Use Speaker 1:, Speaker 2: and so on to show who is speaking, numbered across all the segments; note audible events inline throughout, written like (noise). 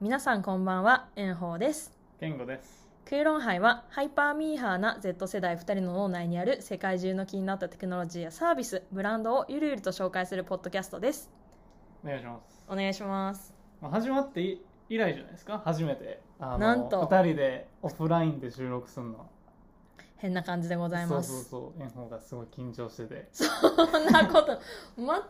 Speaker 1: 皆さんこんばんは、炎鵬です。
Speaker 2: 健吾です。
Speaker 1: クイロンハイはハイパーミーハーな Z 世代2人の脳内にある世界中の気になったテクノロジーやサービス、ブランドをゆるゆると紹介するポッドキャストです。
Speaker 2: お願いします。
Speaker 1: お願いします。
Speaker 2: まあ、始まってい以来じゃないですか初めて。あの
Speaker 1: なんと
Speaker 2: 二人でオフラインで収録するの。
Speaker 1: 変な感じでご
Speaker 2: ご
Speaker 1: ざいます。
Speaker 2: そうそうそう。炎鵬がすごい緊張してて。
Speaker 1: (laughs) そんなこと、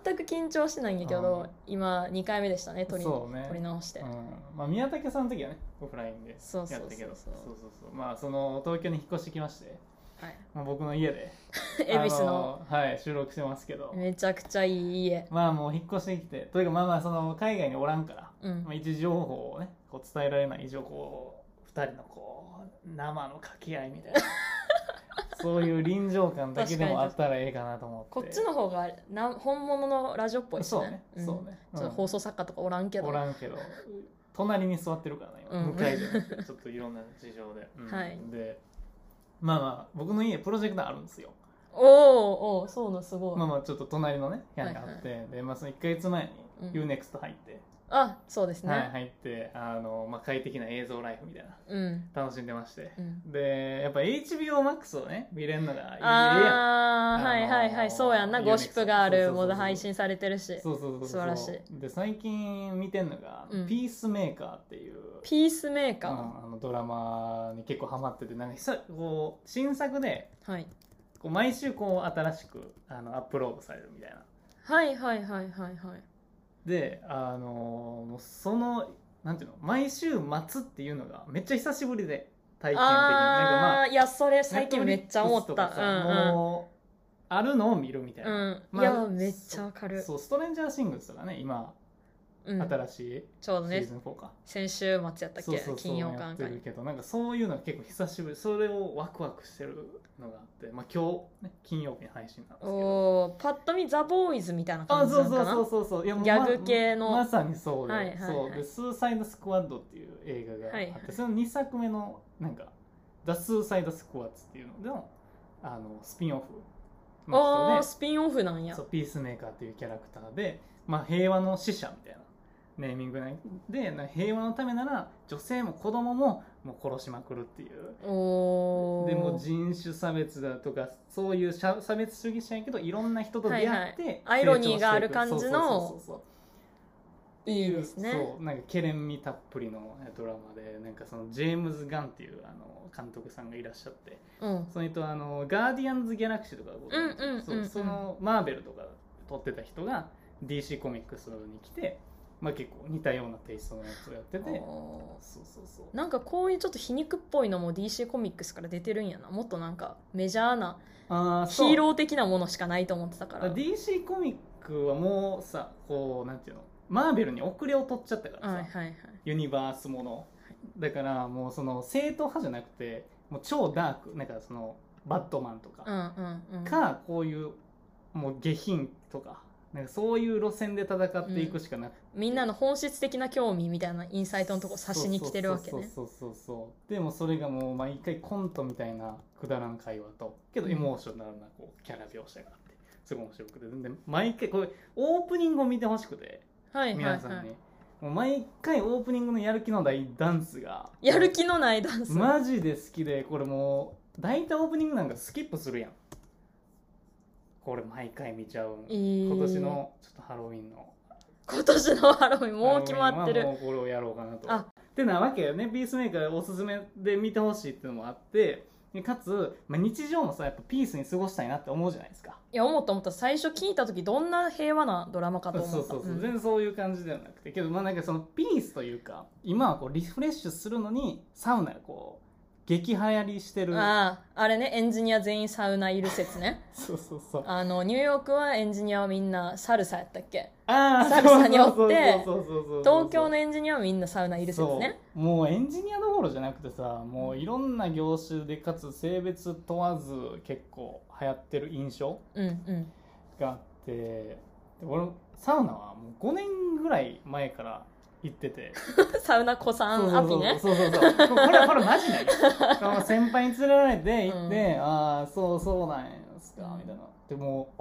Speaker 1: 全く緊張してないんやけ
Speaker 2: う
Speaker 1: ど
Speaker 2: ん、
Speaker 1: 今2回目でしたね、撮り
Speaker 2: そうね
Speaker 1: 撮り直して
Speaker 2: う。ん。まあ、宮武さんの時はね、オフラインでや
Speaker 1: そうそうそうそう
Speaker 2: ったけど。そうそうそう。まあ、その、東京に引っ越してきまして、
Speaker 1: はい
Speaker 2: まあ、僕の家で。
Speaker 1: (laughs) 恵比寿の
Speaker 2: あの。はい、収録してますけど。
Speaker 1: めちゃくちゃいい家。
Speaker 2: まあ、もう引っ越してきて、というか、まあまあ、その、海外におらんから。
Speaker 1: うん
Speaker 2: まあ、。一時情報をねこう伝えられない以上こう2人のこう生の掛け合いみ
Speaker 1: (laughs)
Speaker 2: たいなそういう臨場感だけでもあったらええかなと思って
Speaker 1: こっちの方がな本物のラジオっぽいです
Speaker 2: そう
Speaker 1: ね
Speaker 2: ね。そうね、
Speaker 1: うんちょっと放送作家とかおらんけど。
Speaker 2: おらんけど隣に座ってるからね今、
Speaker 1: うん
Speaker 2: 向かいじゃなくてちょっといろんな事情で、うん
Speaker 1: はい
Speaker 2: でまあまあ僕の家プロジェクターあるんですよ
Speaker 1: おおおーそうなすごい、
Speaker 2: まあまあちょっと隣のね部屋があって、でまあその1か月前に
Speaker 1: うん
Speaker 2: UNEXT 入って、
Speaker 1: あそうですね、
Speaker 2: はい入ってあの、まあ、快適な映像ライフみたいな
Speaker 1: うん、
Speaker 2: 楽しんでまして、
Speaker 1: うん、
Speaker 2: でやっぱ HBO Max をね見れるのがいいねや
Speaker 1: ああはいはいはい、
Speaker 2: あのー
Speaker 1: そうやんなゴシップがあ
Speaker 2: そ
Speaker 1: る
Speaker 2: うそうそう
Speaker 1: もう配信されてるし
Speaker 2: そうそうそうそう
Speaker 1: 素晴らし
Speaker 2: で最近見てんのが、
Speaker 1: うん
Speaker 2: ピースメーカー」っていう
Speaker 1: ピースメーカ
Speaker 2: う
Speaker 1: ー、
Speaker 2: んあのドラマに結構ハマっててなんか久こう新作で
Speaker 1: はい、
Speaker 2: こう毎週こう新しくあのアップロードされるみたいな
Speaker 1: はいはいはいはいはい
Speaker 2: であのもうそのなんていうの毎週待つっていうのがめっちゃ久しぶりで体
Speaker 1: あ
Speaker 2: 験的になんかま
Speaker 1: あ
Speaker 2: あ
Speaker 1: ーいやそれ最近めっちゃ思っ
Speaker 2: Netflix と
Speaker 1: た
Speaker 2: かさもうあるのを見るみたい
Speaker 1: うん
Speaker 2: な、
Speaker 1: うん、うん
Speaker 2: まあ
Speaker 1: いやめっちゃわかる
Speaker 2: そうストレンジャーシングスとかね今、
Speaker 1: うん、
Speaker 2: 新しい
Speaker 1: ちょう
Speaker 2: シ
Speaker 1: ど
Speaker 2: ー
Speaker 1: ね
Speaker 2: ズン4か、
Speaker 1: 先週末やったっ
Speaker 2: そう
Speaker 1: け
Speaker 2: そうそう
Speaker 1: 金曜
Speaker 2: や
Speaker 1: か
Speaker 2: っ
Speaker 1: ん
Speaker 2: て
Speaker 1: か
Speaker 2: る
Speaker 1: に
Speaker 2: けどなんかそういうのが結構久しぶりそれをワクワクしてるのがあって、まあ、今日、ね、金曜日に配信なんですけど
Speaker 1: おおパッと見ザ・ボーイズみたいな
Speaker 2: あ
Speaker 1: 感じ
Speaker 2: そ
Speaker 1: なの
Speaker 2: うそ
Speaker 1: か
Speaker 2: う
Speaker 1: な
Speaker 2: そうそうそういやもう
Speaker 1: ギャグ系の
Speaker 2: ままさにそうで,、
Speaker 1: はいはいはい
Speaker 2: そうで「スーサイド・スクワッド」っていう映画があって、
Speaker 1: はいはい
Speaker 2: その2作目のなんか「ザ・スーサイド・スクワッツ」っていうのでもあのスピンオフ
Speaker 1: お
Speaker 2: の
Speaker 1: ー
Speaker 2: 人で
Speaker 1: スピンオフなんや
Speaker 2: そうピースメーカーというキャラクターで、まあ、平和の使者みたいなネーミングなんでな平和のためなら女性も子供ももう殺しまくるっていう
Speaker 1: おー
Speaker 2: でもう人種差別だとかそういうしゃ差別主義者やけどいろんな人と出会って、
Speaker 1: はいはいアイロニーがある感じの
Speaker 2: 成長していくそうそうそうそう
Speaker 1: いいですね
Speaker 2: そうなんかケレン味たっぷりのえドラマでなんかそのジェームズ・ガンっていうあの監督さんがいらっしゃって
Speaker 1: うん
Speaker 2: それとあのガーディアンズ・ギャラクシーとかご存知
Speaker 1: うんうんうんうん
Speaker 2: そうそのマーベルとか撮ってた人が DC コミックスに来て、まあ、結構似たようなテイストのやつをやってて
Speaker 1: おー
Speaker 2: そうそうそう
Speaker 1: なんかこういうちょっと皮肉っぽいのも DC コミックスから出てるんやなもっとなんかメジャーな
Speaker 2: あ
Speaker 1: ヒー
Speaker 2: ー
Speaker 1: ロー的なものしかないと思ってたか
Speaker 2: だ
Speaker 1: ら
Speaker 2: から DC コミックはもうさこうなんていうのマーベルに遅れを取っちゃったからさ、
Speaker 1: はいはいはい
Speaker 2: ユニバースものだからもうその正統派じゃなくてもう超ダークなんかそのバットマンとか、
Speaker 1: うんうんうん
Speaker 2: かこういうもう下品とかなんかそういう路線で戦っていくしかなくて、
Speaker 1: みんなの本質的な興味みたいなインサイトのとこ差
Speaker 2: 差
Speaker 1: しに来てるわけね
Speaker 2: そうそうそうそうそうでもそれがもう毎回コントみたいなくだらん会話とけどエモーショナルなこうキャラ描写があってすごい面白くてで毎回これオープニングを見てほしくて
Speaker 1: はいはい
Speaker 2: 皆さんに、
Speaker 1: はい
Speaker 2: もう毎回オープニングのやる気のないダンスが
Speaker 1: やる気のないダンス、
Speaker 2: マジで好きでこれもう大体オープニングなんかスキップするやんこれ毎回見ちゃうん
Speaker 1: えー
Speaker 2: 今年のちょっとハロウィンの
Speaker 1: 今年のハロウィンもう決まって
Speaker 2: ハロ
Speaker 1: る
Speaker 2: ウィンはもうこれをやろうかなと
Speaker 1: あ
Speaker 2: ってなわけよねピースメーカーおすすめで見てほしいっていうのもあってでかつ、まあ、日常もさやっぱピースに過ごしたいなって思うじゃないですか
Speaker 1: いや思った思った最初聞いた時どんな平和なドラマかと
Speaker 2: そう
Speaker 1: 思った
Speaker 2: そうそう、
Speaker 1: うん
Speaker 2: 全然そういう感じではなくてけどまあなんかそのピースというか今はこうリフレッシュするのにサウナがこう激流行りしてる
Speaker 1: あああれねエンジニア全員サウナいる説ね
Speaker 2: そうそうそう
Speaker 1: あのニューヨークはエンジニアはみんなサルサやったっけ
Speaker 2: あ
Speaker 1: サルサによって東
Speaker 2: 東
Speaker 1: 京のエンジニアはみんなサウナいる説ね
Speaker 2: もうエンジニアどころじゃなくてさもういろんな業種でかつ性別問わず結構流行ってる印象
Speaker 1: うんうん (laughs)
Speaker 2: があってで俺サウナはもう5年ぐらい前から行ってて
Speaker 1: サウナ子さ
Speaker 2: そうんそ
Speaker 1: ア
Speaker 2: う
Speaker 1: ピ
Speaker 2: そう
Speaker 1: ね
Speaker 2: そうそうそうこれこれ
Speaker 1: (laughs)
Speaker 2: マジなんよその先輩に連れられて行って、ああそうそうなんですかみたいなでもう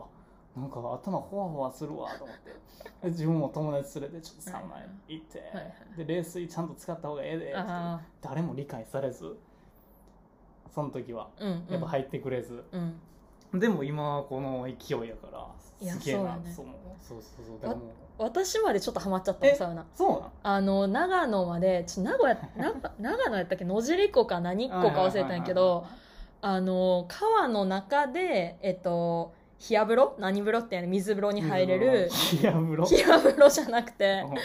Speaker 2: あなんか頭ほわほわするわと思ってで自分も友達連れてちょっとサウナ行って、
Speaker 1: いはい
Speaker 2: で冷水ちゃんと使った方がええでって
Speaker 1: あ
Speaker 2: 誰も理解されずその時は
Speaker 1: あうん、うん、
Speaker 2: やっぱ入ってくれず、
Speaker 1: うん
Speaker 2: でも今はこの勢いやから
Speaker 1: いや
Speaker 2: すげえな
Speaker 1: そうやね
Speaker 2: そう思うそうそうそうだからもう
Speaker 1: 私までちょっとハマっちゃったの
Speaker 2: え
Speaker 1: サウナ
Speaker 2: そうなん
Speaker 1: あの長野までちょ名古屋な長野やったっけ野尻湖か何湖か忘れたんやけどあの川の中でえっと冷や風呂何風呂ってやね水風呂に入れる
Speaker 2: 冷や風呂
Speaker 1: 冷や風呂じゃなく
Speaker 2: (laughs)
Speaker 1: て (laughs)
Speaker 2: うん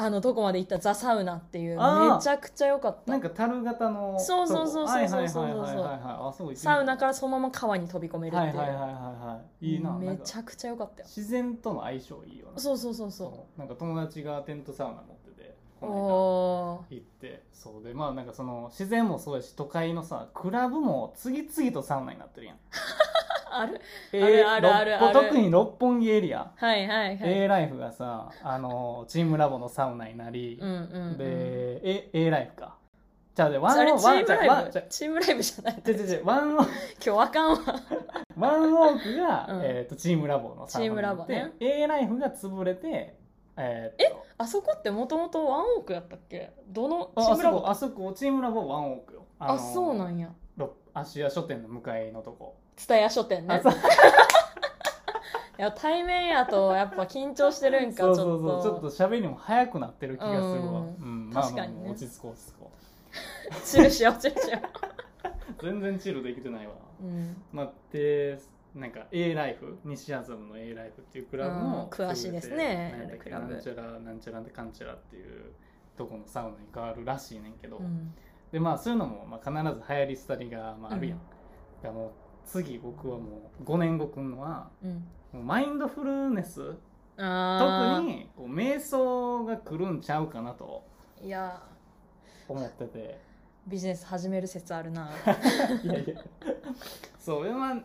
Speaker 1: あのどこまで行ったザサウナっていう
Speaker 2: あー
Speaker 1: めちゃくちゃ良かった
Speaker 2: なんか樽型の
Speaker 1: そうそうそうそう
Speaker 2: とこはいはい
Speaker 1: そうそう
Speaker 2: はい
Speaker 1: そう
Speaker 2: はいはいあそう
Speaker 1: サウナかららそのまま川に飛び込めるっ
Speaker 2: は
Speaker 1: て
Speaker 2: い
Speaker 1: い
Speaker 2: は
Speaker 1: う、
Speaker 2: いはいはいはいいいなな
Speaker 1: め
Speaker 2: んか
Speaker 1: ちゃくちゃ良かったよ
Speaker 2: 自然との相性いいよな
Speaker 1: そうそうそうそ
Speaker 2: そうなんか友達がテントサウナ持ってて
Speaker 1: う
Speaker 2: この間
Speaker 1: お
Speaker 2: 行ってそうでまあなんかその自然もそうやし都会のさクラブも次々とサウナになってるやん
Speaker 1: ーある
Speaker 2: え
Speaker 1: るあるある
Speaker 2: 六本
Speaker 1: ある
Speaker 2: 特に六本木エリア
Speaker 1: はいはいはい、
Speaker 2: A ライフがさあのチームラボのサウナになり、
Speaker 1: うんうん、うん、
Speaker 2: で、A, A ライフかじゃあでワ
Speaker 1: あ
Speaker 2: ン
Speaker 1: れ
Speaker 2: オ
Speaker 1: チ
Speaker 2: ーワン
Speaker 1: ーム
Speaker 2: じゃ
Speaker 1: ラ
Speaker 2: ワ
Speaker 1: イ
Speaker 2: ン
Speaker 1: ブ
Speaker 2: じゃ
Speaker 1: チームライブじゃない
Speaker 2: じゃじゃじゃワンオー
Speaker 1: 今日あかんわ
Speaker 2: ワンオークが、
Speaker 1: うん
Speaker 2: えー、とチームラボのサウナにな
Speaker 1: チー
Speaker 2: って
Speaker 1: ムラボ
Speaker 2: A ライフが潰れてえーっと
Speaker 1: あそこってもともとワンオークやったっけどの
Speaker 2: あ
Speaker 1: チーム
Speaker 2: あそ
Speaker 1: ラ
Speaker 2: こ
Speaker 1: ボ
Speaker 2: あそこチームラボはワンオークよ
Speaker 1: あそうなんんや
Speaker 2: 芦屋書店の向かいのとこ
Speaker 1: 蔦屋書店
Speaker 2: あ
Speaker 1: ね
Speaker 2: そう
Speaker 1: いや対面やとやっぱ緊張してるんかち
Speaker 2: そ
Speaker 1: ょっと
Speaker 2: うそうそうちょっと喋りも早くなってる気がするわ、
Speaker 1: うん
Speaker 2: うんまあ
Speaker 1: 確
Speaker 2: ま
Speaker 1: か
Speaker 2: あ
Speaker 1: にね
Speaker 2: もう落ち着こう落ち着こ
Speaker 1: チルしようチルしよ
Speaker 2: う全然チルできてないわ
Speaker 1: う、うん
Speaker 2: まあでなんか A ライフ西麻布の A ライフっていうクラブ
Speaker 1: う
Speaker 2: の
Speaker 1: ん詳しいですね
Speaker 2: なんだっけ
Speaker 1: クラブ
Speaker 2: なんちゃらなんちゃらでかんちゃらっていうとこのサウナに変わるらしいねんけど、
Speaker 1: うん、
Speaker 2: でまあそういうのも、まあ、必ず流行り廃りが、まあ、あるやん、
Speaker 1: うん
Speaker 2: だからもう次僕はもう5年後くんのは
Speaker 1: うん、
Speaker 2: もうマインドフルネス
Speaker 1: あ
Speaker 2: 特にこう瞑想が来るんちゃうかなと
Speaker 1: 特にいや
Speaker 2: 思ってて
Speaker 1: ビジネス始める説ある
Speaker 2: (laughs)
Speaker 1: な
Speaker 2: いやいやそうでまあ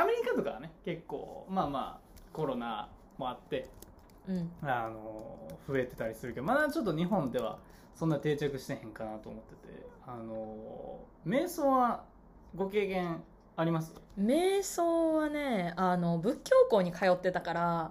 Speaker 2: アメリカとかはね結構まあまあコロナもあって
Speaker 1: うん
Speaker 2: あの増えてたりするけどまだちょっと日本ではそんな定着してへんかなと思っててあの瞑想はご経験あります
Speaker 1: 瞑想はねあの仏教校に通ってたから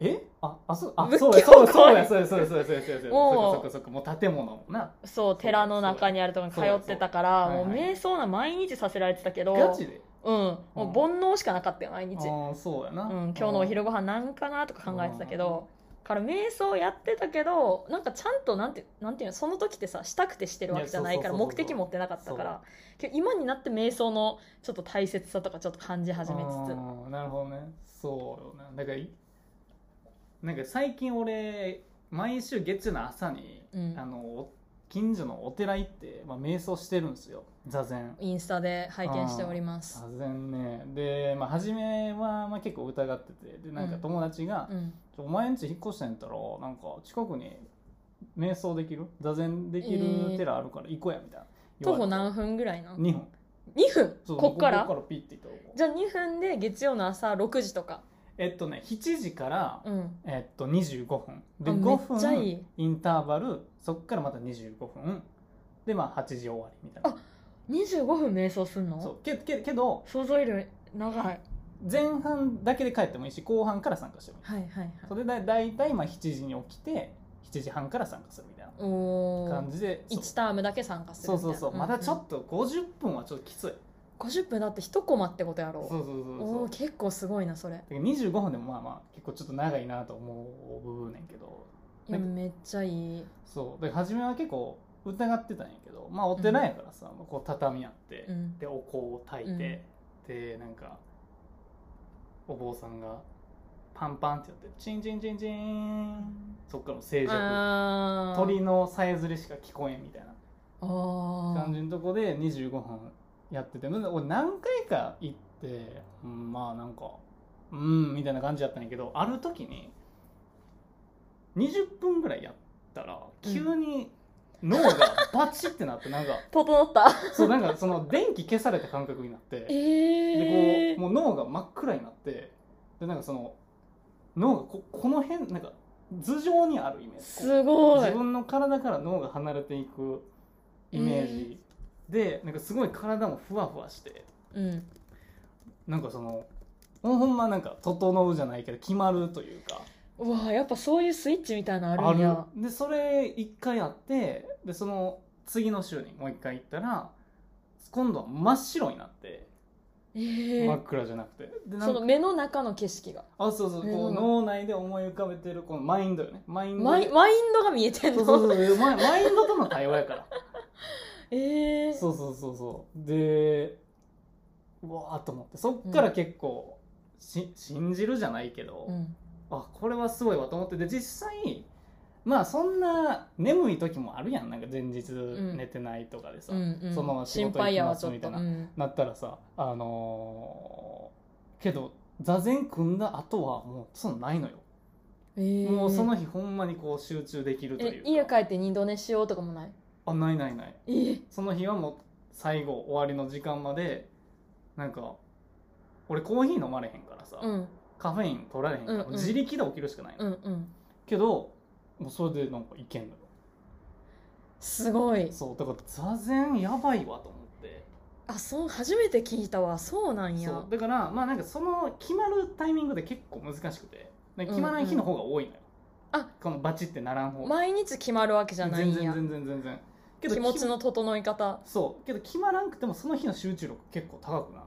Speaker 2: えああそうあ
Speaker 1: 仏教
Speaker 2: そうやそうやそうや
Speaker 1: 界
Speaker 2: そうやそうやそうやそうやそうやそうや
Speaker 1: もう
Speaker 2: そっかそっかそっかもう建物もな
Speaker 1: そう寺の中にあるとこに通ってたから
Speaker 2: そう
Speaker 1: もう
Speaker 2: やそうやはいはい
Speaker 1: 瞑想な毎日させられてたけど
Speaker 2: ガチで
Speaker 1: うんもう煩悩しかなかったよ毎
Speaker 2: あ
Speaker 1: 日、
Speaker 2: ーそうやな、
Speaker 1: うん、今日のお昼ご飯なんかなとか考えてたけど、から瞑想やってたけどなんかちゃんとなんてなんていうのその時ってさしたくてしてるわけじゃないから
Speaker 2: いやそう
Speaker 1: 目
Speaker 2: そうそうそう
Speaker 1: 的持ってなかったからけど今になって瞑想のちょっと大切さとかちょっと感じ始めつ
Speaker 2: あーなるほどねそうよなだからいなんか最近俺毎週月曜の朝に、
Speaker 1: うん
Speaker 2: あの近所のお寺行って、まあ、瞑想してるんですよ座禅
Speaker 1: つインスタで拝見しております
Speaker 2: 座禅ねで、まあ、初めは、まあ、結構疑っててでなんか
Speaker 1: うん
Speaker 2: 友達が
Speaker 1: うん
Speaker 2: 「ちょお前んち引っ越してんやったらなんか近くに瞑想できる座禅できる寺あるから行こうや」みたいな言
Speaker 1: 徒
Speaker 2: われ
Speaker 1: 歩
Speaker 2: て、
Speaker 1: 何分ぐらいな
Speaker 2: 2分
Speaker 1: 2分
Speaker 2: そう
Speaker 1: こっから
Speaker 2: こっからピッて行ったら
Speaker 1: じゃあ2分で月曜の朝6時とか
Speaker 2: えっとね7時から
Speaker 1: うん
Speaker 2: えっと、25分で
Speaker 1: あ
Speaker 2: 5
Speaker 1: めっちゃいい
Speaker 2: 分インターバルそっからまた25分でまあ8時終わりみたいな
Speaker 1: 25分瞑想すんの
Speaker 2: そうけけけど
Speaker 1: 想像より長い
Speaker 2: 前半だけで帰ってもいいし後半から参加してもいい
Speaker 1: はいはいはい
Speaker 2: それでだ大体まあ7時に起きて7時半から参加するみたい
Speaker 1: お
Speaker 2: な
Speaker 1: ー
Speaker 2: 感じでそう
Speaker 1: 1タームだけ参加する
Speaker 2: そ
Speaker 1: み
Speaker 2: う
Speaker 1: たいな
Speaker 2: そうそうんまだちょっと50分はちょっときつい
Speaker 1: 50分だって1コマってことやろ
Speaker 2: そうそうそう
Speaker 1: お
Speaker 2: そ
Speaker 1: お
Speaker 2: う
Speaker 1: ー結構すごいなそれ
Speaker 2: だけど25分でもまあまあ結構ちょっと長いなと思う部分ねんけど
Speaker 1: いや
Speaker 2: なんか
Speaker 1: めっちゃいい
Speaker 2: そうで初めは結構疑ってたんやけどまあお寺やからさ、こう畳あって、
Speaker 1: うん
Speaker 2: でお香を炊いて、でなんかお坊さんがパンパンってやってチンチンチンチンそっからの静寂
Speaker 1: あ
Speaker 2: 鳥のさえずりしか聞こえんみたいな
Speaker 1: あー
Speaker 2: 感じのとこで25分やっててなんか俺何回か行って、うん、まあなんかうんみたいな感じだったんやけどある時に20分ぐらいやったら急に脳がバチってなってなんか
Speaker 1: 整った
Speaker 2: そうなんかその電気消された感覚になって。
Speaker 1: え
Speaker 2: で
Speaker 1: え
Speaker 2: こうもう脳が真っ暗になってでなんかその脳がここの辺なんか頭上にあるイメージ
Speaker 1: す
Speaker 2: こう
Speaker 1: ごい
Speaker 2: 自分の体から脳が離れていくイメージ、でなんかすごい体もふわふわして
Speaker 1: うん
Speaker 2: なんかそのもうほんまなんか整うじゃないけど決まるというか
Speaker 1: うわやっぱそういうスイッチみたいなのあ
Speaker 2: あ
Speaker 1: るんや
Speaker 2: るでそれ一回あってでその次の週にもう一回行ったら今度は真っ白になって
Speaker 1: え
Speaker 2: 真
Speaker 1: ー
Speaker 2: っ暗じゃなくてでな
Speaker 1: そ
Speaker 2: ん
Speaker 1: の
Speaker 2: か
Speaker 1: 目の中の景色が
Speaker 2: あそうそう
Speaker 1: 目の
Speaker 2: こう
Speaker 1: 中
Speaker 2: 脳内で思い浮かべてるこのマインドよねマインド
Speaker 1: マイマインドが見えてん
Speaker 2: そう
Speaker 1: の
Speaker 2: そうそうそうマイマインドとの対話やから
Speaker 1: (laughs) えー、
Speaker 2: そうそうそうそうでうわーっと思ってそっから結構、し信じるじゃないけど、
Speaker 1: うん
Speaker 2: あこれはすごいわと思ってで実際まあそんな眠い時もあるやんなんか前日
Speaker 1: ん
Speaker 2: 寝てないとかでさ、
Speaker 1: うんうん、
Speaker 2: そのまま仕
Speaker 1: 心
Speaker 2: 事行
Speaker 1: 配
Speaker 2: き
Speaker 1: や
Speaker 2: ま
Speaker 1: わ
Speaker 2: す
Speaker 1: ちょっ
Speaker 2: みた
Speaker 1: と、
Speaker 2: いうな、
Speaker 1: ん、
Speaker 2: なったらさあのーけど座禅組んだ後はもうそんなんないのよ、
Speaker 1: えー
Speaker 2: もうその日ほんまにこう集中できるとい
Speaker 1: え
Speaker 2: うか
Speaker 1: 家帰って二度寝しようとかもない
Speaker 2: あないないない
Speaker 1: えー
Speaker 2: その日はもう最後終わりの時間までなんか俺コーヒー飲まれへんからさ、
Speaker 1: うん
Speaker 2: カフェイン取られへんから、
Speaker 1: うんうん
Speaker 2: 自力で起きるしかないの、
Speaker 1: うんうん
Speaker 2: けどもうそれでなんかいけんのよ
Speaker 1: すごい
Speaker 2: そうだから座禅やばいわと思って
Speaker 1: あそう初めて聞いたわそうなんや
Speaker 2: そうだからまあなんかその決まるタイミングで結構難しくてなんか決まらない日の方が多いの
Speaker 1: う
Speaker 2: よ、
Speaker 1: んうんあ
Speaker 2: このバチってならん方が
Speaker 1: 毎日決まるわけじゃないん
Speaker 2: 全
Speaker 1: や
Speaker 2: 然全然全然け
Speaker 1: 気持ちの
Speaker 2: き
Speaker 1: 整い方
Speaker 2: そうけど決まらんくてもその日の集中力結構高くなる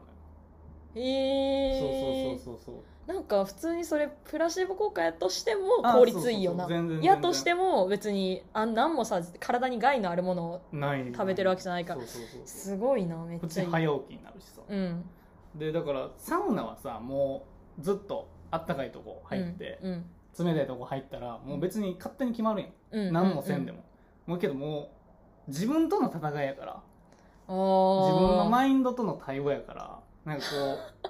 Speaker 1: え
Speaker 2: の
Speaker 1: え
Speaker 2: よ、そうそうそうそうそう
Speaker 1: なんか普通にそれプラシーボ効果やとしても効率いいよな
Speaker 2: あそうそうそう全然全然
Speaker 1: やとしても別にあ何もさ体に害のあるものを
Speaker 2: ない
Speaker 1: 食べてるわけじゃないから
Speaker 2: そうそうそう
Speaker 1: すごいなめっ
Speaker 2: こっ
Speaker 1: ち
Speaker 2: ち
Speaker 1: ゃいい
Speaker 2: 早起きになるしさ、
Speaker 1: うん
Speaker 2: でだからサウナはさもうずっとあったかいとこ入って、
Speaker 1: うんうん
Speaker 2: 冷たいとこ入ったらもう別に勝手に決まるやん、
Speaker 1: うん
Speaker 2: 何もせんでも、もうけどもう自分との戦いやから自分の
Speaker 1: ああ
Speaker 2: マインドとの対話やからなんか こ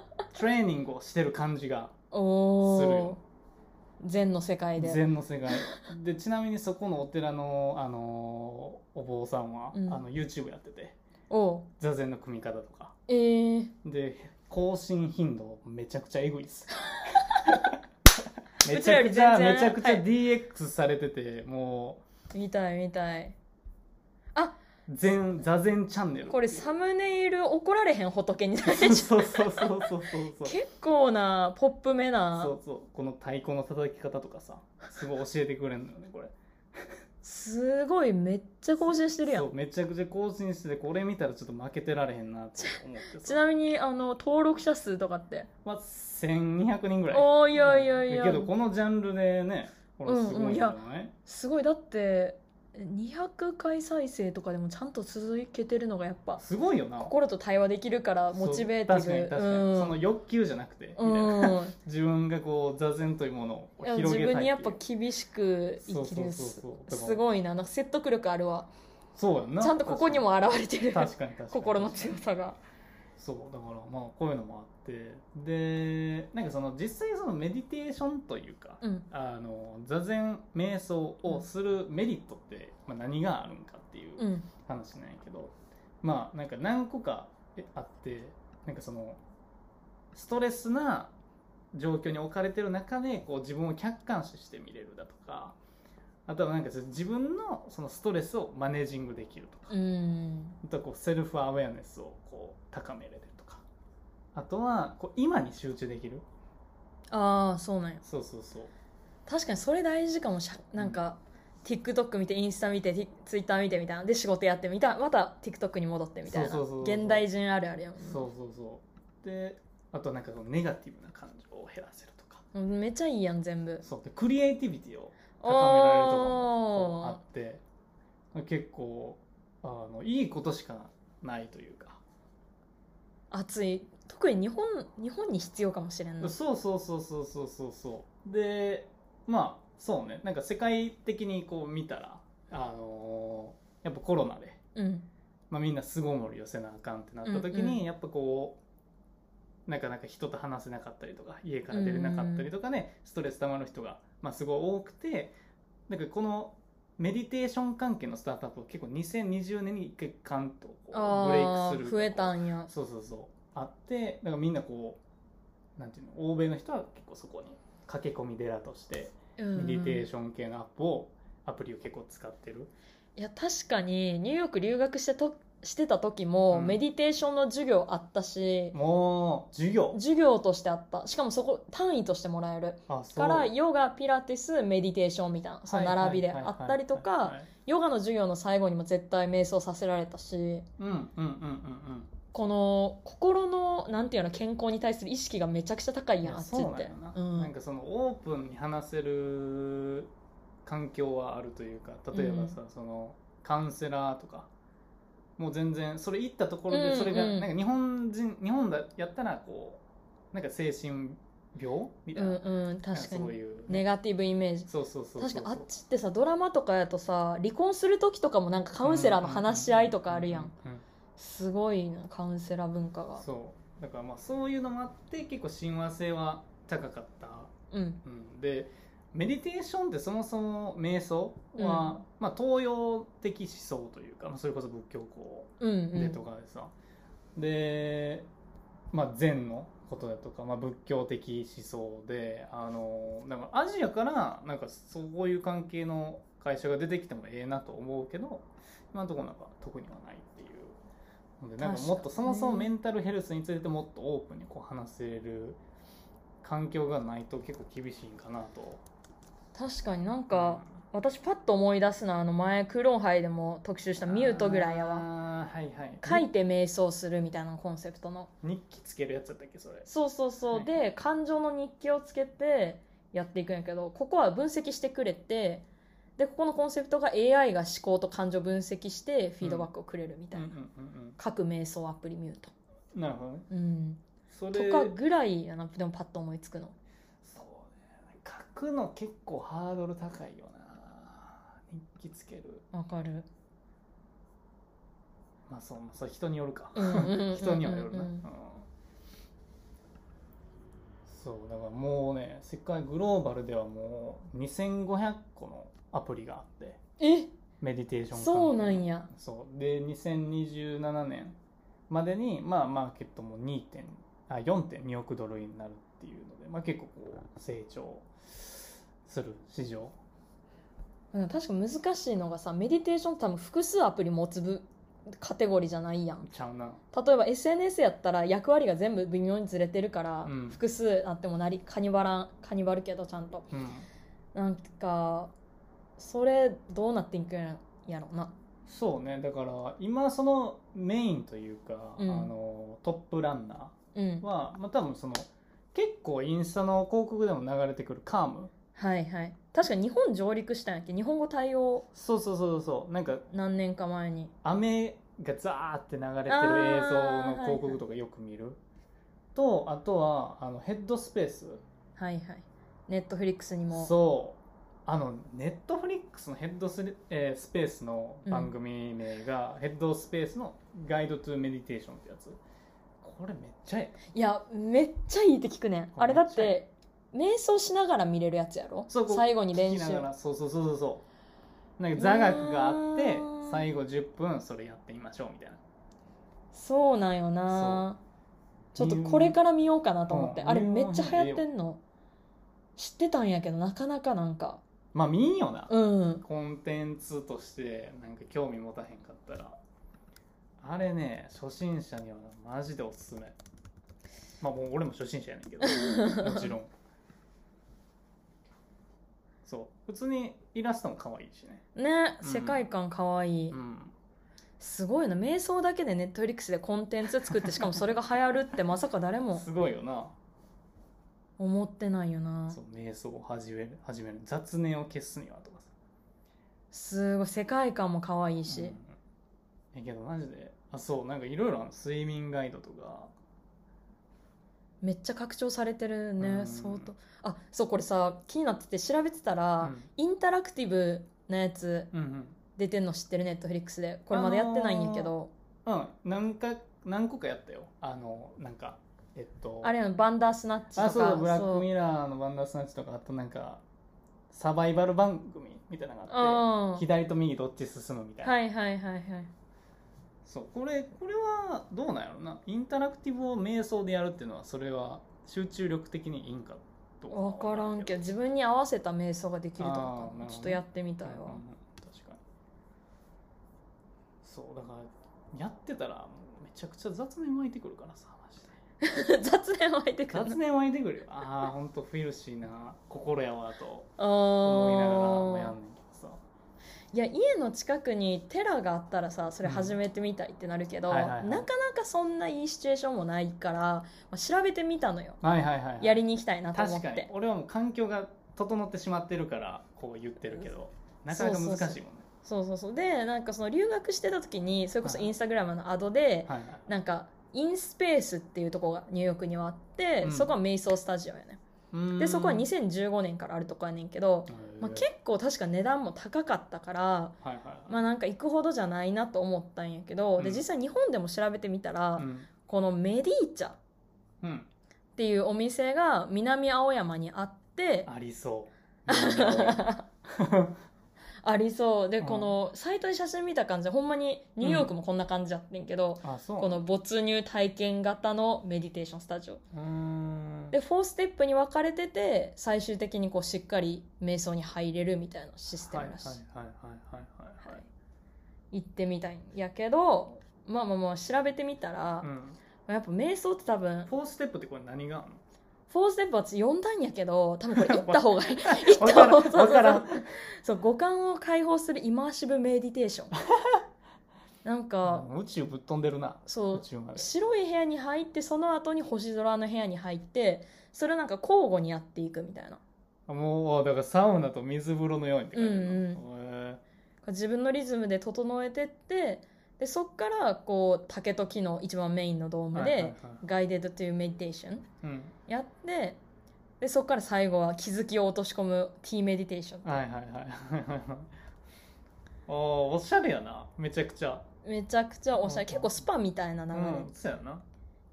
Speaker 1: (laughs)
Speaker 2: うトレーニングをしてる感じがする
Speaker 1: お
Speaker 2: よ
Speaker 1: お禅の世界で
Speaker 2: 禅の世界でちなみにそこのお寺の、あのーお坊さんは、
Speaker 1: うん
Speaker 2: あの YouTube やってて
Speaker 1: おう
Speaker 2: 座禅の組み方とか
Speaker 1: えー、
Speaker 2: で更新頻度めちゃくちゃエグ
Speaker 1: (laughs)
Speaker 2: いですめ
Speaker 1: う
Speaker 2: ち
Speaker 1: ちら
Speaker 2: ゃ
Speaker 1: よ
Speaker 2: く
Speaker 1: り
Speaker 2: ちゃ
Speaker 1: 全然
Speaker 2: めちゃくちゃ
Speaker 1: はい
Speaker 2: DX されてて、も
Speaker 1: 見たい見たいう
Speaker 2: 全座禅チャンネル
Speaker 1: これサムネイル怒られへん仏になれちゃ
Speaker 2: そう
Speaker 1: う
Speaker 2: そうそうそうそうそう
Speaker 1: (laughs) 結構なポップめな
Speaker 2: そうそうこの太鼓の叩き方とかさすごい教えてくれるのよねこれ
Speaker 1: すごいめっちゃ更新してるや
Speaker 2: そ
Speaker 1: ん
Speaker 2: うめちゃくちゃ更新しててこれ見たらちょっと負けてられへんなって思って
Speaker 1: ち
Speaker 2: さ、
Speaker 1: なみにあの登録者数とかって
Speaker 2: まあ、1200人ぐらい
Speaker 1: おーいやいやいや
Speaker 2: けどこのジャンルでねこれすごいんじゃない、
Speaker 1: すごいだって200回再生とかでもちゃんと続けてるのがやっぱ
Speaker 2: すごいよな
Speaker 1: 心と対話できるからモチベーテ
Speaker 2: そう確かに
Speaker 1: ィ
Speaker 2: 確かに、その
Speaker 1: ブ
Speaker 2: 欲求じゃなくてみた
Speaker 1: う
Speaker 2: いな、
Speaker 1: ん、うん、
Speaker 2: 自分がこう座禅というものをこう
Speaker 1: 自
Speaker 2: 広げたいっていう
Speaker 1: 分にやっぱ厳しく生きる
Speaker 2: そうそうそうそう
Speaker 1: すごいななんか説得力あるわ
Speaker 2: そうやんな
Speaker 1: ちゃんとここにも現れてる
Speaker 2: 確かに確か
Speaker 1: (laughs)
Speaker 2: に
Speaker 1: 心の強さが
Speaker 2: そうだからまあこういうのもあってでなんかその実際そのメディテーションというか、
Speaker 1: うん
Speaker 2: あの座禅瞑想をするメリットって、まあ、何があるんかっていう
Speaker 1: うん
Speaker 2: 話なんやけど、まあなんか何個かえあってなんかそのストレスな状況に置かれてる中でこう自分を客観視して見れるだとかあとはなんかその自分のそのストレスをマネージングできるとか、
Speaker 1: うん
Speaker 2: あとはこうセルフアウェアネスをこう高めれるとかあとはこう今に集中できる
Speaker 1: ああそうなんや
Speaker 2: そうそうそう
Speaker 1: 確かにそれ大事かもしゃなんか、TikTok 見てインスタ見て Tik- Twitter 見てみたいなで仕事やってみたまた TikTok に戻ってみたいな
Speaker 2: そうそうそうそう
Speaker 1: 現代人あるあるやん
Speaker 2: そうそうそうであとなんかそのネガティブな感情を減らせるとか
Speaker 1: うんめっちゃいいやん全部
Speaker 2: そうでクリエイティビティを高められるとかもあ
Speaker 1: お
Speaker 2: って結構あのいいことしかないというか、
Speaker 1: ー熱い特に日本日本に必要かもしれんな
Speaker 2: そうそうそうそうそうそうそうでまあそうねなんか世界的にこう見たらあのーやっぱコロナで、
Speaker 1: うん
Speaker 2: まあ、みんな巣ごもり寄せなあかんってなった時に、
Speaker 1: うんうん
Speaker 2: やっぱこうなかなか人と話せなかったりとか家から出れなかったりとかね、ストレス溜まる人が、まあ、すごい多くてなんかこのメディテーション関係のスタートアップは結構2020年に一回ガンとこうブレ
Speaker 1: ああ
Speaker 2: イクする
Speaker 1: 増えたんや
Speaker 2: そうそうそうあってだからみんなこうなんていうの欧米の人は結構そこに駆け込み寺としてメディテー
Speaker 1: ョン
Speaker 2: ション系のアップをアプリを結構使ってる、
Speaker 1: いや確かにニューヨーク留学したとしてた時も、
Speaker 2: うん
Speaker 1: メディテーションの授業あったし、
Speaker 2: もう授業
Speaker 1: 授業としてあった。しかもそこ、単位としてもらえる。
Speaker 2: あそう
Speaker 1: から、ヨガ、ピラティス、メディテーションみたいな、その並びであったりと
Speaker 2: はいはいはい
Speaker 1: か
Speaker 2: は、い
Speaker 1: ヨガの授業の最後にも絶対瞑想させられたし、
Speaker 2: うんうんうん
Speaker 1: この心のなんていうの健康に対する意識がめちゃくちゃ高
Speaker 2: うんうん
Speaker 1: い
Speaker 2: い
Speaker 1: やん
Speaker 2: や
Speaker 1: あっち
Speaker 2: そう
Speaker 1: っ
Speaker 2: なん
Speaker 1: て
Speaker 2: やな,、
Speaker 1: うん
Speaker 2: なんかそのオープンに話せる環境はあるというか例えばさ、そのカウンセラーとかもう全然それ行ったところ
Speaker 1: うんう
Speaker 2: で
Speaker 1: ん
Speaker 2: それが、なんか日本人日本だやったらこうなんか精神病みた
Speaker 1: うん
Speaker 2: いな,、
Speaker 1: うん
Speaker 2: なんか
Speaker 1: 確か
Speaker 2: そう
Speaker 1: に
Speaker 2: いう
Speaker 1: ネガティブイメージ
Speaker 2: そうそうそうそう
Speaker 1: 確かにあっちってさドラマとかやとさ離婚する時とかもなんかカウンセラーの話し合いとかあるやん
Speaker 2: うんうんうん
Speaker 1: すごいなカウンセラー文化が
Speaker 2: そうだからまあそういうのもあって結構親和性は高かった、
Speaker 1: うん
Speaker 2: うん、でメディテーションってそもそも瞑想は、まあ、東洋的思想というか、まあ、それこそ仏教校
Speaker 1: うんう
Speaker 2: で
Speaker 1: ん
Speaker 2: とかでさ、で、まあ、禅のことだとか、まあ、仏教的思想であのなんかアジアからなんかそういう関係の会社が出てきてもええなと思うけど今のところなんか特にはないっていうのでなんかもっと
Speaker 1: 確
Speaker 2: そ
Speaker 1: かにね
Speaker 2: もそもメンタルヘルスについてもっとオープンにこう話せる環境がないと結構厳しいんかなと。
Speaker 1: 確かになんか私パッと思い出すのはあの前クロンハイでも特集したミュートぐらいやわ
Speaker 2: わ。はいはい。
Speaker 1: 書いて瞑想するみたいなコンセプトの
Speaker 2: 日記つけるやつだったっけそれ。
Speaker 1: そうそうそう、
Speaker 2: はい
Speaker 1: で感情の日記をつけてやっていくんやけどここは分析してくれてでここのコンセプトが AI が思考と感情を分析してフィードバックをくれるみた
Speaker 2: う
Speaker 1: い
Speaker 2: んう
Speaker 1: な、
Speaker 2: んうん
Speaker 1: 各瞑想アプリミュート、
Speaker 2: うん。なるほどね。
Speaker 1: うん、
Speaker 2: そ
Speaker 1: と
Speaker 2: れ
Speaker 1: かぐらいやなでもパッと思いつくの
Speaker 2: そうね書くの結構ハードル高いよな日記つける
Speaker 1: わかる
Speaker 2: まあそうまあそれ人によるか
Speaker 1: うんうんうんうんうん
Speaker 2: 人にはよるな、うんそうだからもうね世界グローバルではもう2500個のアプリがあって
Speaker 1: え
Speaker 2: メディテーション関係
Speaker 1: そうなんや
Speaker 2: そうで2027年までにまあマーケットも2点あ4.2億ドルになるっていうので、まあ、結構こう成長する市場
Speaker 1: うん確か難しいのがさメディテーションって多分複数アプリ持つぶカテゴリーじゃないやん
Speaker 2: ちゃうな
Speaker 1: 例えば SNS やったら役割が全部微妙にずれてるから、
Speaker 2: うん
Speaker 1: 複数あってもなりカニバラカニバルけどちゃんと
Speaker 2: うん
Speaker 1: なんかそれどうなっていくんやろな
Speaker 2: そうねだから今そのメインというか、
Speaker 1: うん
Speaker 2: あのトップランナ
Speaker 1: うん
Speaker 2: ーは、まあ、多分その結構インスタの広告でも流れてくるカーム
Speaker 1: はいはい確かに日本上陸したんやっけ日本語対応
Speaker 2: そうそうそうそうなんか
Speaker 1: 何年か前に
Speaker 2: 雨がザーって流れてる
Speaker 1: あー
Speaker 2: 映像の広告とかよく見る、とあとはあのヘッドスペース
Speaker 1: はいはいネットフリックスにも
Speaker 2: そうあのネットフリックスのヘッドス,、えースペースの番組名が、ヘッドスペースのガイドトゥメディテーションってやつこれめっちゃええ
Speaker 1: いやめっちゃいいって聞くねん
Speaker 2: これ
Speaker 1: あれだっ
Speaker 2: めって
Speaker 1: 瞑想しながら見れるやつやろ
Speaker 2: そうこう
Speaker 1: 最後に練
Speaker 2: 聞き
Speaker 1: 習
Speaker 2: ながらそうそうそうそうそうなんか座学があって
Speaker 1: うーん
Speaker 2: 最後10分それやってみましょうみたいな
Speaker 1: そうなんよなち
Speaker 2: そ
Speaker 1: ょっ
Speaker 2: う
Speaker 1: とこれから見ようかなと思って、
Speaker 2: うん
Speaker 1: あれめっちゃ流行ってんの知ってたんやけどなかなかなんか
Speaker 2: まあ見んよな、
Speaker 1: うん
Speaker 2: コンテンツとしてなんか興味持たへんかったらあれね初心者にはマジでおすすめまあもう俺も初心者やねんけ
Speaker 1: (laughs)
Speaker 2: どもちろんそう普通にイラストも可愛いしね
Speaker 1: ね
Speaker 2: うん
Speaker 1: 世界観かわいい、
Speaker 2: うん
Speaker 1: すごいな瞑想だけでネットフリックスでコンテンツ作ってしかもそれが流行るってまさか誰も
Speaker 2: すごいよな
Speaker 1: 思ってないよな
Speaker 2: そう瞑想を始める始める雑念を消すにはとかさ
Speaker 1: すごい世界観も可愛いし、
Speaker 2: うんやけどマジであそうなんかいろいろある睡眠ガイドとか
Speaker 1: めっちゃ拡張されてるね、
Speaker 2: うん
Speaker 1: 相当あそうこれさ気になってて調べてたら、インタラクティブなやつ
Speaker 2: うんうん
Speaker 1: 出てんの知ってるネットフリックスでこれまだやってないんやけど
Speaker 2: うん、うん、何か何個かやったよあのなんかえっと
Speaker 1: あれやのバンダースナッチとか
Speaker 2: あそうブラッ
Speaker 1: そう
Speaker 2: クミラーのバンダースナッチとかあとなんかサバイバル番組みたいなのがあっ
Speaker 1: うん
Speaker 2: て左と右どっち進むみたいな、
Speaker 1: はいはいはいはい
Speaker 2: そうこれこれはどうなんやろなインタラクティブを瞑想でやるっていうのはそれは集中力的にいいんかどう
Speaker 1: 分からんけど
Speaker 2: ど
Speaker 1: 自分に合わせた瞑想ができると
Speaker 2: あーな
Speaker 1: か
Speaker 2: るほどね
Speaker 1: ちょっとやってみたいわ
Speaker 2: うんうんうん確かにそうだからやってたらもうめちゃくちゃ雑念湧いてくるからさマジ
Speaker 1: (laughs)
Speaker 2: で
Speaker 1: 雑念湧いてくる
Speaker 2: 雑念湧いてくるよああほんとフィルシーな心やわと
Speaker 1: あ
Speaker 2: 思いながらもうや
Speaker 1: ー
Speaker 2: んねんけどさ
Speaker 1: いや家の近くに寺があったらさそれ始めてみたいってなるけど、
Speaker 2: うんはいはいはい
Speaker 1: なかなかそんないいシチュエーションもないから、まあ、調べてみたのよ
Speaker 2: はいはいはい、はい、
Speaker 1: やりに行きたいなと思っ
Speaker 2: 確かに
Speaker 1: て
Speaker 2: 俺はもう環境が整ってしまってるからこう言ってるけどなかなか難しいもんね
Speaker 1: そうそうそうでなんかその留学してた時にそれこそ
Speaker 2: はい
Speaker 1: インスタグラムのアドで、
Speaker 2: はいはい
Speaker 1: なんかインスペースっていうところがニューヨークにはあって、
Speaker 2: うん
Speaker 1: そこは瞑想スタジオやね
Speaker 2: うーん
Speaker 1: でそこは2015年からあるとこやねんけど、まあ、
Speaker 2: へー
Speaker 1: 結構確か値段も高かったから
Speaker 2: はいはい
Speaker 1: まあなんか行くほどじゃないなと思ったんやけど、で
Speaker 2: うん
Speaker 1: 実際日本でも調べてみたら、
Speaker 2: はいうん
Speaker 1: このメディーチャっ
Speaker 2: うん
Speaker 1: (laughs) ていうお店が南青山にあって
Speaker 2: ありそうう
Speaker 1: ありそうで、
Speaker 2: うん
Speaker 1: このサイトで写真見た感じほんまにニューヨークもこんな感じやってんけど、
Speaker 2: んあそう
Speaker 1: この没入体験型のメディテーションスタジオ
Speaker 2: うーん
Speaker 1: で4ステップに分かれてて最終的にこうしっかり瞑想に入れるみたいなシステムらしい、
Speaker 2: はいはいはいはいはいはい
Speaker 1: 行ってみたいんやけどまあまあまあ調べてみたら、
Speaker 2: うん
Speaker 1: やっぱ瞑想って多分
Speaker 2: フォーステップってこれ何があんの
Speaker 1: 4ステップは私読んだんやけど多分これ行った方がいい行った
Speaker 2: (laughs) わからん
Speaker 1: 方がいいそうそ
Speaker 2: わか
Speaker 1: うそ
Speaker 2: ら
Speaker 1: うんそう五感を解放するイマーシブメディテー
Speaker 2: (laughs)
Speaker 1: ションなんか
Speaker 2: うん宇宙ぶっ飛んでるな
Speaker 1: そ
Speaker 2: 宇
Speaker 1: う
Speaker 2: 宙まで
Speaker 1: 白い部屋に入ってその後に星空の部屋に入ってそれをなんか交互にやっていくみたいな
Speaker 2: もうだからサウナと水風呂のようにって感じなの
Speaker 1: うんうん
Speaker 2: へー
Speaker 1: 自分のリズムで整えてってでそっからこう竹と木の一番メインのドーム
Speaker 2: はいはいは
Speaker 1: で
Speaker 2: い
Speaker 1: ガイデッドというメディテーション
Speaker 2: うん
Speaker 1: やってでそっから最後は気づきを落とし込むティーメディテーション
Speaker 2: はいはいはいあーおしゃれやなめちゃくちゃ
Speaker 1: めちゃくちゃおしゃれ
Speaker 2: うん
Speaker 1: 結構スパみたいな
Speaker 2: う
Speaker 1: 流れ、
Speaker 2: んそうやな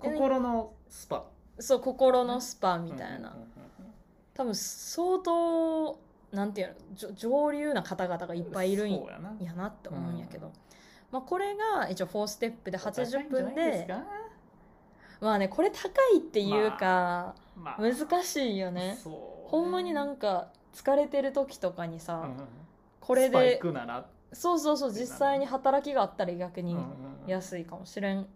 Speaker 1: で
Speaker 2: 心のスパ
Speaker 1: そう心のスパみたいな、
Speaker 2: うんうんうんうん
Speaker 1: 多分相当なんていうのじょ上流な方々がいっぱいいるん
Speaker 2: そうやな
Speaker 1: やなって思うんやけど、
Speaker 2: うん
Speaker 1: まあ、これが一応4ステップで80
Speaker 2: 高いんじゃな
Speaker 1: 分
Speaker 2: い
Speaker 1: です
Speaker 2: か
Speaker 1: まあねこれ高いっていうか、
Speaker 2: まあ
Speaker 1: 難しいよね
Speaker 2: そう
Speaker 1: ほんまになんんか疲れてる時とかにさ、
Speaker 2: うんうん
Speaker 1: これ
Speaker 2: スパ行
Speaker 1: で
Speaker 2: くなら
Speaker 1: そうそうそう実際に働きがあったら逆
Speaker 2: う
Speaker 1: に
Speaker 2: んうんうん
Speaker 1: 安いかもしれん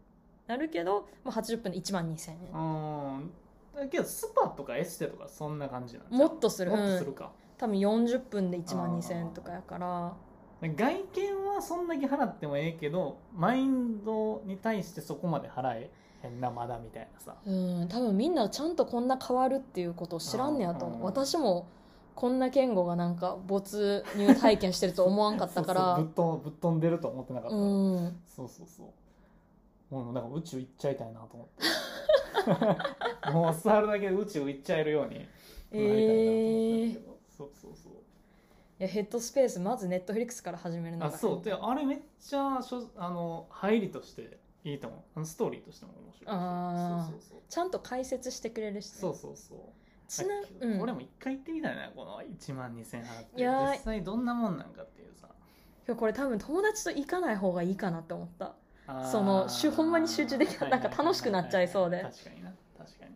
Speaker 1: なるけど、まあ、80分で1万2000円
Speaker 2: うんだけどスパとかエステとかそんな感じなんじゃん
Speaker 1: もっとする
Speaker 2: もっ
Speaker 1: う
Speaker 2: と
Speaker 1: ん
Speaker 2: するか、
Speaker 1: 多分40分で1万2000円とかやから
Speaker 2: 外見はそんだけ払ってもええけどマインドに対してそこまで払えへんなまだみたいなさ
Speaker 1: うん多分みんなちゃんとこんな変わるっていうことを知らんねやと思う、
Speaker 2: うん
Speaker 1: 私もこんな健吾がなんか没入体験してると思わんかったから
Speaker 2: そうそうぶっ飛ぶっ飛んでると思ってなかった、
Speaker 1: うん
Speaker 2: そうそうそうもうなんか宇宙行っちゃいたいなと思って (laughs) もう座るだけで宇宙行っちゃえるようになりたいなと思ったけど、そうそうそう
Speaker 1: いやヘッドスペースまずネットフリックスから始めるのが
Speaker 2: あそうであれめっちゃしょあの入りとしていいと思うあのストーリーとしても面白いし
Speaker 1: あー
Speaker 2: そうそうそう
Speaker 1: ちゃんと解説してくれるしね、
Speaker 2: そうそうそう
Speaker 1: ちな
Speaker 2: けど
Speaker 1: うん
Speaker 2: 俺も一回行ってみたいなこの1万2000円払っ
Speaker 1: い
Speaker 2: て
Speaker 1: やー
Speaker 2: 実際どんなもんなんかっていうさ
Speaker 1: 今日これ多分友達と行かない方がいいかなって思ったそのしゅほんまに集中できな
Speaker 2: ない
Speaker 1: なんか楽しくなっちゃいそうで
Speaker 2: 確かにな確かに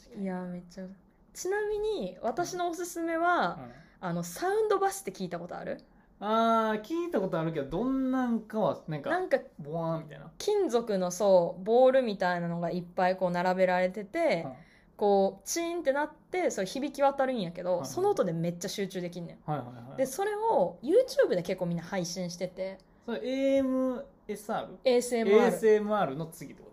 Speaker 2: 確かに
Speaker 1: いやめっちゃちなみに私のおすすめは、
Speaker 2: う
Speaker 1: あのサウンドバスって聞いたことある
Speaker 2: んあー聞いたことあるけどどんなんかはなん
Speaker 1: な
Speaker 2: か
Speaker 1: んか
Speaker 2: ボワーンみたいな
Speaker 1: 金属のそうボールみたいなのがいっぱいこう並べられてて、
Speaker 2: うん
Speaker 1: こうチーンってなってそれ響き渡るんやけど、
Speaker 2: はい
Speaker 1: その音でめっちゃ集中できんねん、
Speaker 2: はいはいはい
Speaker 1: でそれを YouTube で結構みんな配信してて
Speaker 2: それ AMSR?
Speaker 1: ASMR
Speaker 2: ASMR の次ってこ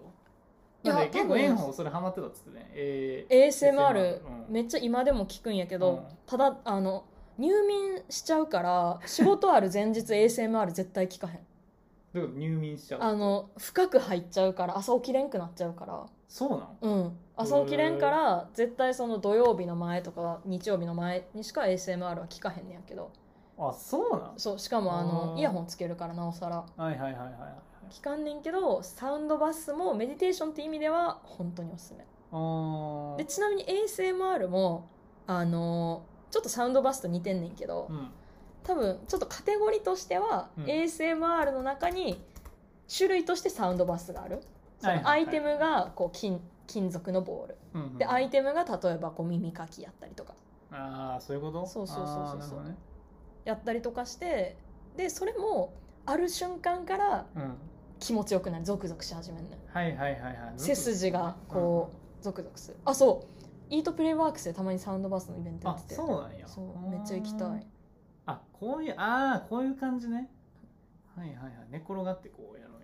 Speaker 1: い
Speaker 2: と
Speaker 1: や
Speaker 2: なんで結
Speaker 1: 多
Speaker 2: 構
Speaker 1: 分
Speaker 2: 炎鵬それハマってたっつってね、えー
Speaker 1: ASMR
Speaker 2: うん
Speaker 1: めっちゃ今でも聞くんやけど、
Speaker 2: うん
Speaker 1: ただあの入眠しちゃうから仕事ある前日 ASMR 絶対聞かへん
Speaker 2: どういうこと入眠しちゃう
Speaker 1: あの深く入っちゃうから朝起きれんくなっちゃうから
Speaker 2: そうなの
Speaker 1: うん朝起きれんから絶対その土曜日の前とか日曜日の前にしか ASMR は聞かへんねやけど
Speaker 2: あそうなの
Speaker 1: そうしかもあの
Speaker 2: あー
Speaker 1: イヤホンつけるからなおさら
Speaker 2: はいはいはいはいはい
Speaker 1: 聞かんねんけどサウンドバスもメディテーションって意味では本当におすすめ
Speaker 2: あー
Speaker 1: でちなみに ASMR もあのちょっとサウンドバスと似てんねんけど
Speaker 2: うん
Speaker 1: 多分ちょっとカテゴリーとしては、
Speaker 2: うん
Speaker 1: ASMR の中に種類としてサウンドバスがあるそ
Speaker 2: はい
Speaker 1: の
Speaker 2: は
Speaker 1: ア
Speaker 2: いはい
Speaker 1: イテムがこう金金属のボール
Speaker 2: うんうん
Speaker 1: でアイテムが例えばこう耳かきやったりとか
Speaker 2: ああそういうこと
Speaker 1: そうそうそうそう
Speaker 2: あーなるほどね
Speaker 1: やったりとかしてでそれもある瞬間から
Speaker 2: うん、
Speaker 1: 気持ちよくなるゾクゾクし始めるのよ
Speaker 2: はいはいはいはい
Speaker 1: 背筋がこうゾクゾクするあそうイートプレイワークスでたまにサウンドバースのイベントや
Speaker 2: あ
Speaker 1: ってて
Speaker 2: そうなんや
Speaker 1: そうめっちゃ行きたい
Speaker 2: あこういうああこういう感じねはいはいはい寝転がってこうやるんや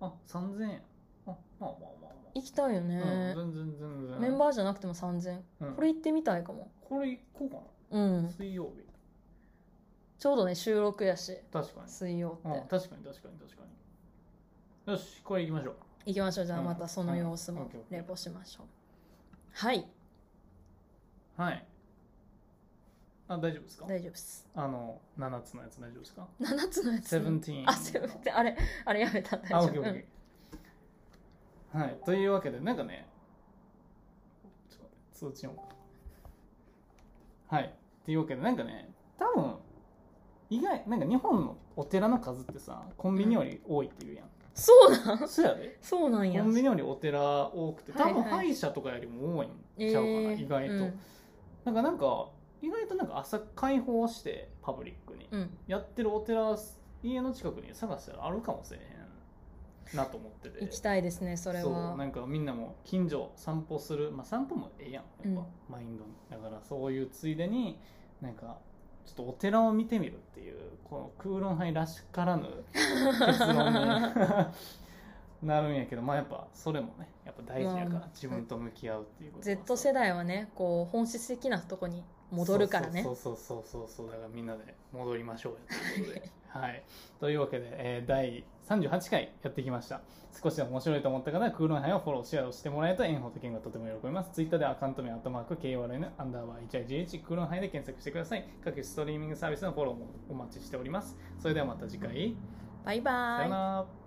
Speaker 2: あ三3000円あまあまあまあま
Speaker 1: 行きたいよね、
Speaker 2: あ、うん、全然全然
Speaker 1: メンバーじゃなくても3000
Speaker 2: ー、うん
Speaker 1: これ行ってみたいかも
Speaker 2: これ行こうか
Speaker 1: う
Speaker 2: な、
Speaker 1: ん
Speaker 2: 水曜日
Speaker 1: ちょうどね収録やし
Speaker 2: 確かに
Speaker 1: 水曜って、
Speaker 2: うん、確かに確かに確かによしこれ行きましょう
Speaker 1: 行きましょうじゃあ
Speaker 2: うん
Speaker 1: またその様子
Speaker 2: うんオ
Speaker 1: も
Speaker 2: ッケーオッケー
Speaker 1: レポしましょうはい
Speaker 2: はいあ大丈夫ですか
Speaker 1: 大丈夫です
Speaker 2: あの7つのやつ大丈夫ですか
Speaker 1: 7つのやつあセ
Speaker 2: 17
Speaker 1: ブンティーンあれあれやめた大
Speaker 2: あ、オ
Speaker 1: 丈
Speaker 2: ッケー
Speaker 1: 夫う
Speaker 2: オッ
Speaker 1: ん
Speaker 2: ケー。はい、というわけで、なんかね、ちょっと待って通知音が。はい、というわけで、なんかね、多分意外、なんか日本のお寺の数ってさ、コンビニより多いっていうやん。
Speaker 1: そうなん
Speaker 2: そうやで。
Speaker 1: そうなんや
Speaker 2: コンビニよりお寺多くて、多
Speaker 1: は
Speaker 2: 分
Speaker 1: いはい
Speaker 2: 歯医者とかよりも多いん
Speaker 1: え
Speaker 2: ちゃうかな、
Speaker 1: ー
Speaker 2: 意外と。
Speaker 1: うん
Speaker 2: なんか、なんか、意外となんか朝開放して、パブリックに。
Speaker 1: うん
Speaker 2: やってるお寺、家の近くに探したらあるかもしれへんなと思ってて。
Speaker 1: 行きたいですねそれ
Speaker 2: そう
Speaker 1: は
Speaker 2: なんかみんなも近所散歩するまあ散歩もええやんやっ
Speaker 1: う
Speaker 2: ぱ、
Speaker 1: ん
Speaker 2: マインドにだからそういうついでになんかちょっとお寺を見てみるっていうこの空論杯らしからぬ結
Speaker 1: (laughs)
Speaker 2: 論になるんやけどまあやっぱそれもねやっぱ大事やか
Speaker 1: まあ
Speaker 2: ら自分と向き合うっていうことは
Speaker 1: Z 世代はねこう本質的なとこに戻るからね
Speaker 2: そうそうそうそうそうそうだからみんなで戻りましょうよということ
Speaker 1: (laughs)
Speaker 2: ではいというわけで、えー第38回やってきました少しでも面白いと思った方はクーロンハイをフォローシェアをしてもらえると炎鵬と剣がとても喜びますツイッターではアカウント名アットマーク KORN アンダーバー 1IGH クーロンハイで検索してください各ストリーミングサービスのフォローもお待ちしておりますそれではまた次回
Speaker 1: バイバ
Speaker 2: さ
Speaker 1: ー
Speaker 2: よ
Speaker 1: イ
Speaker 2: なら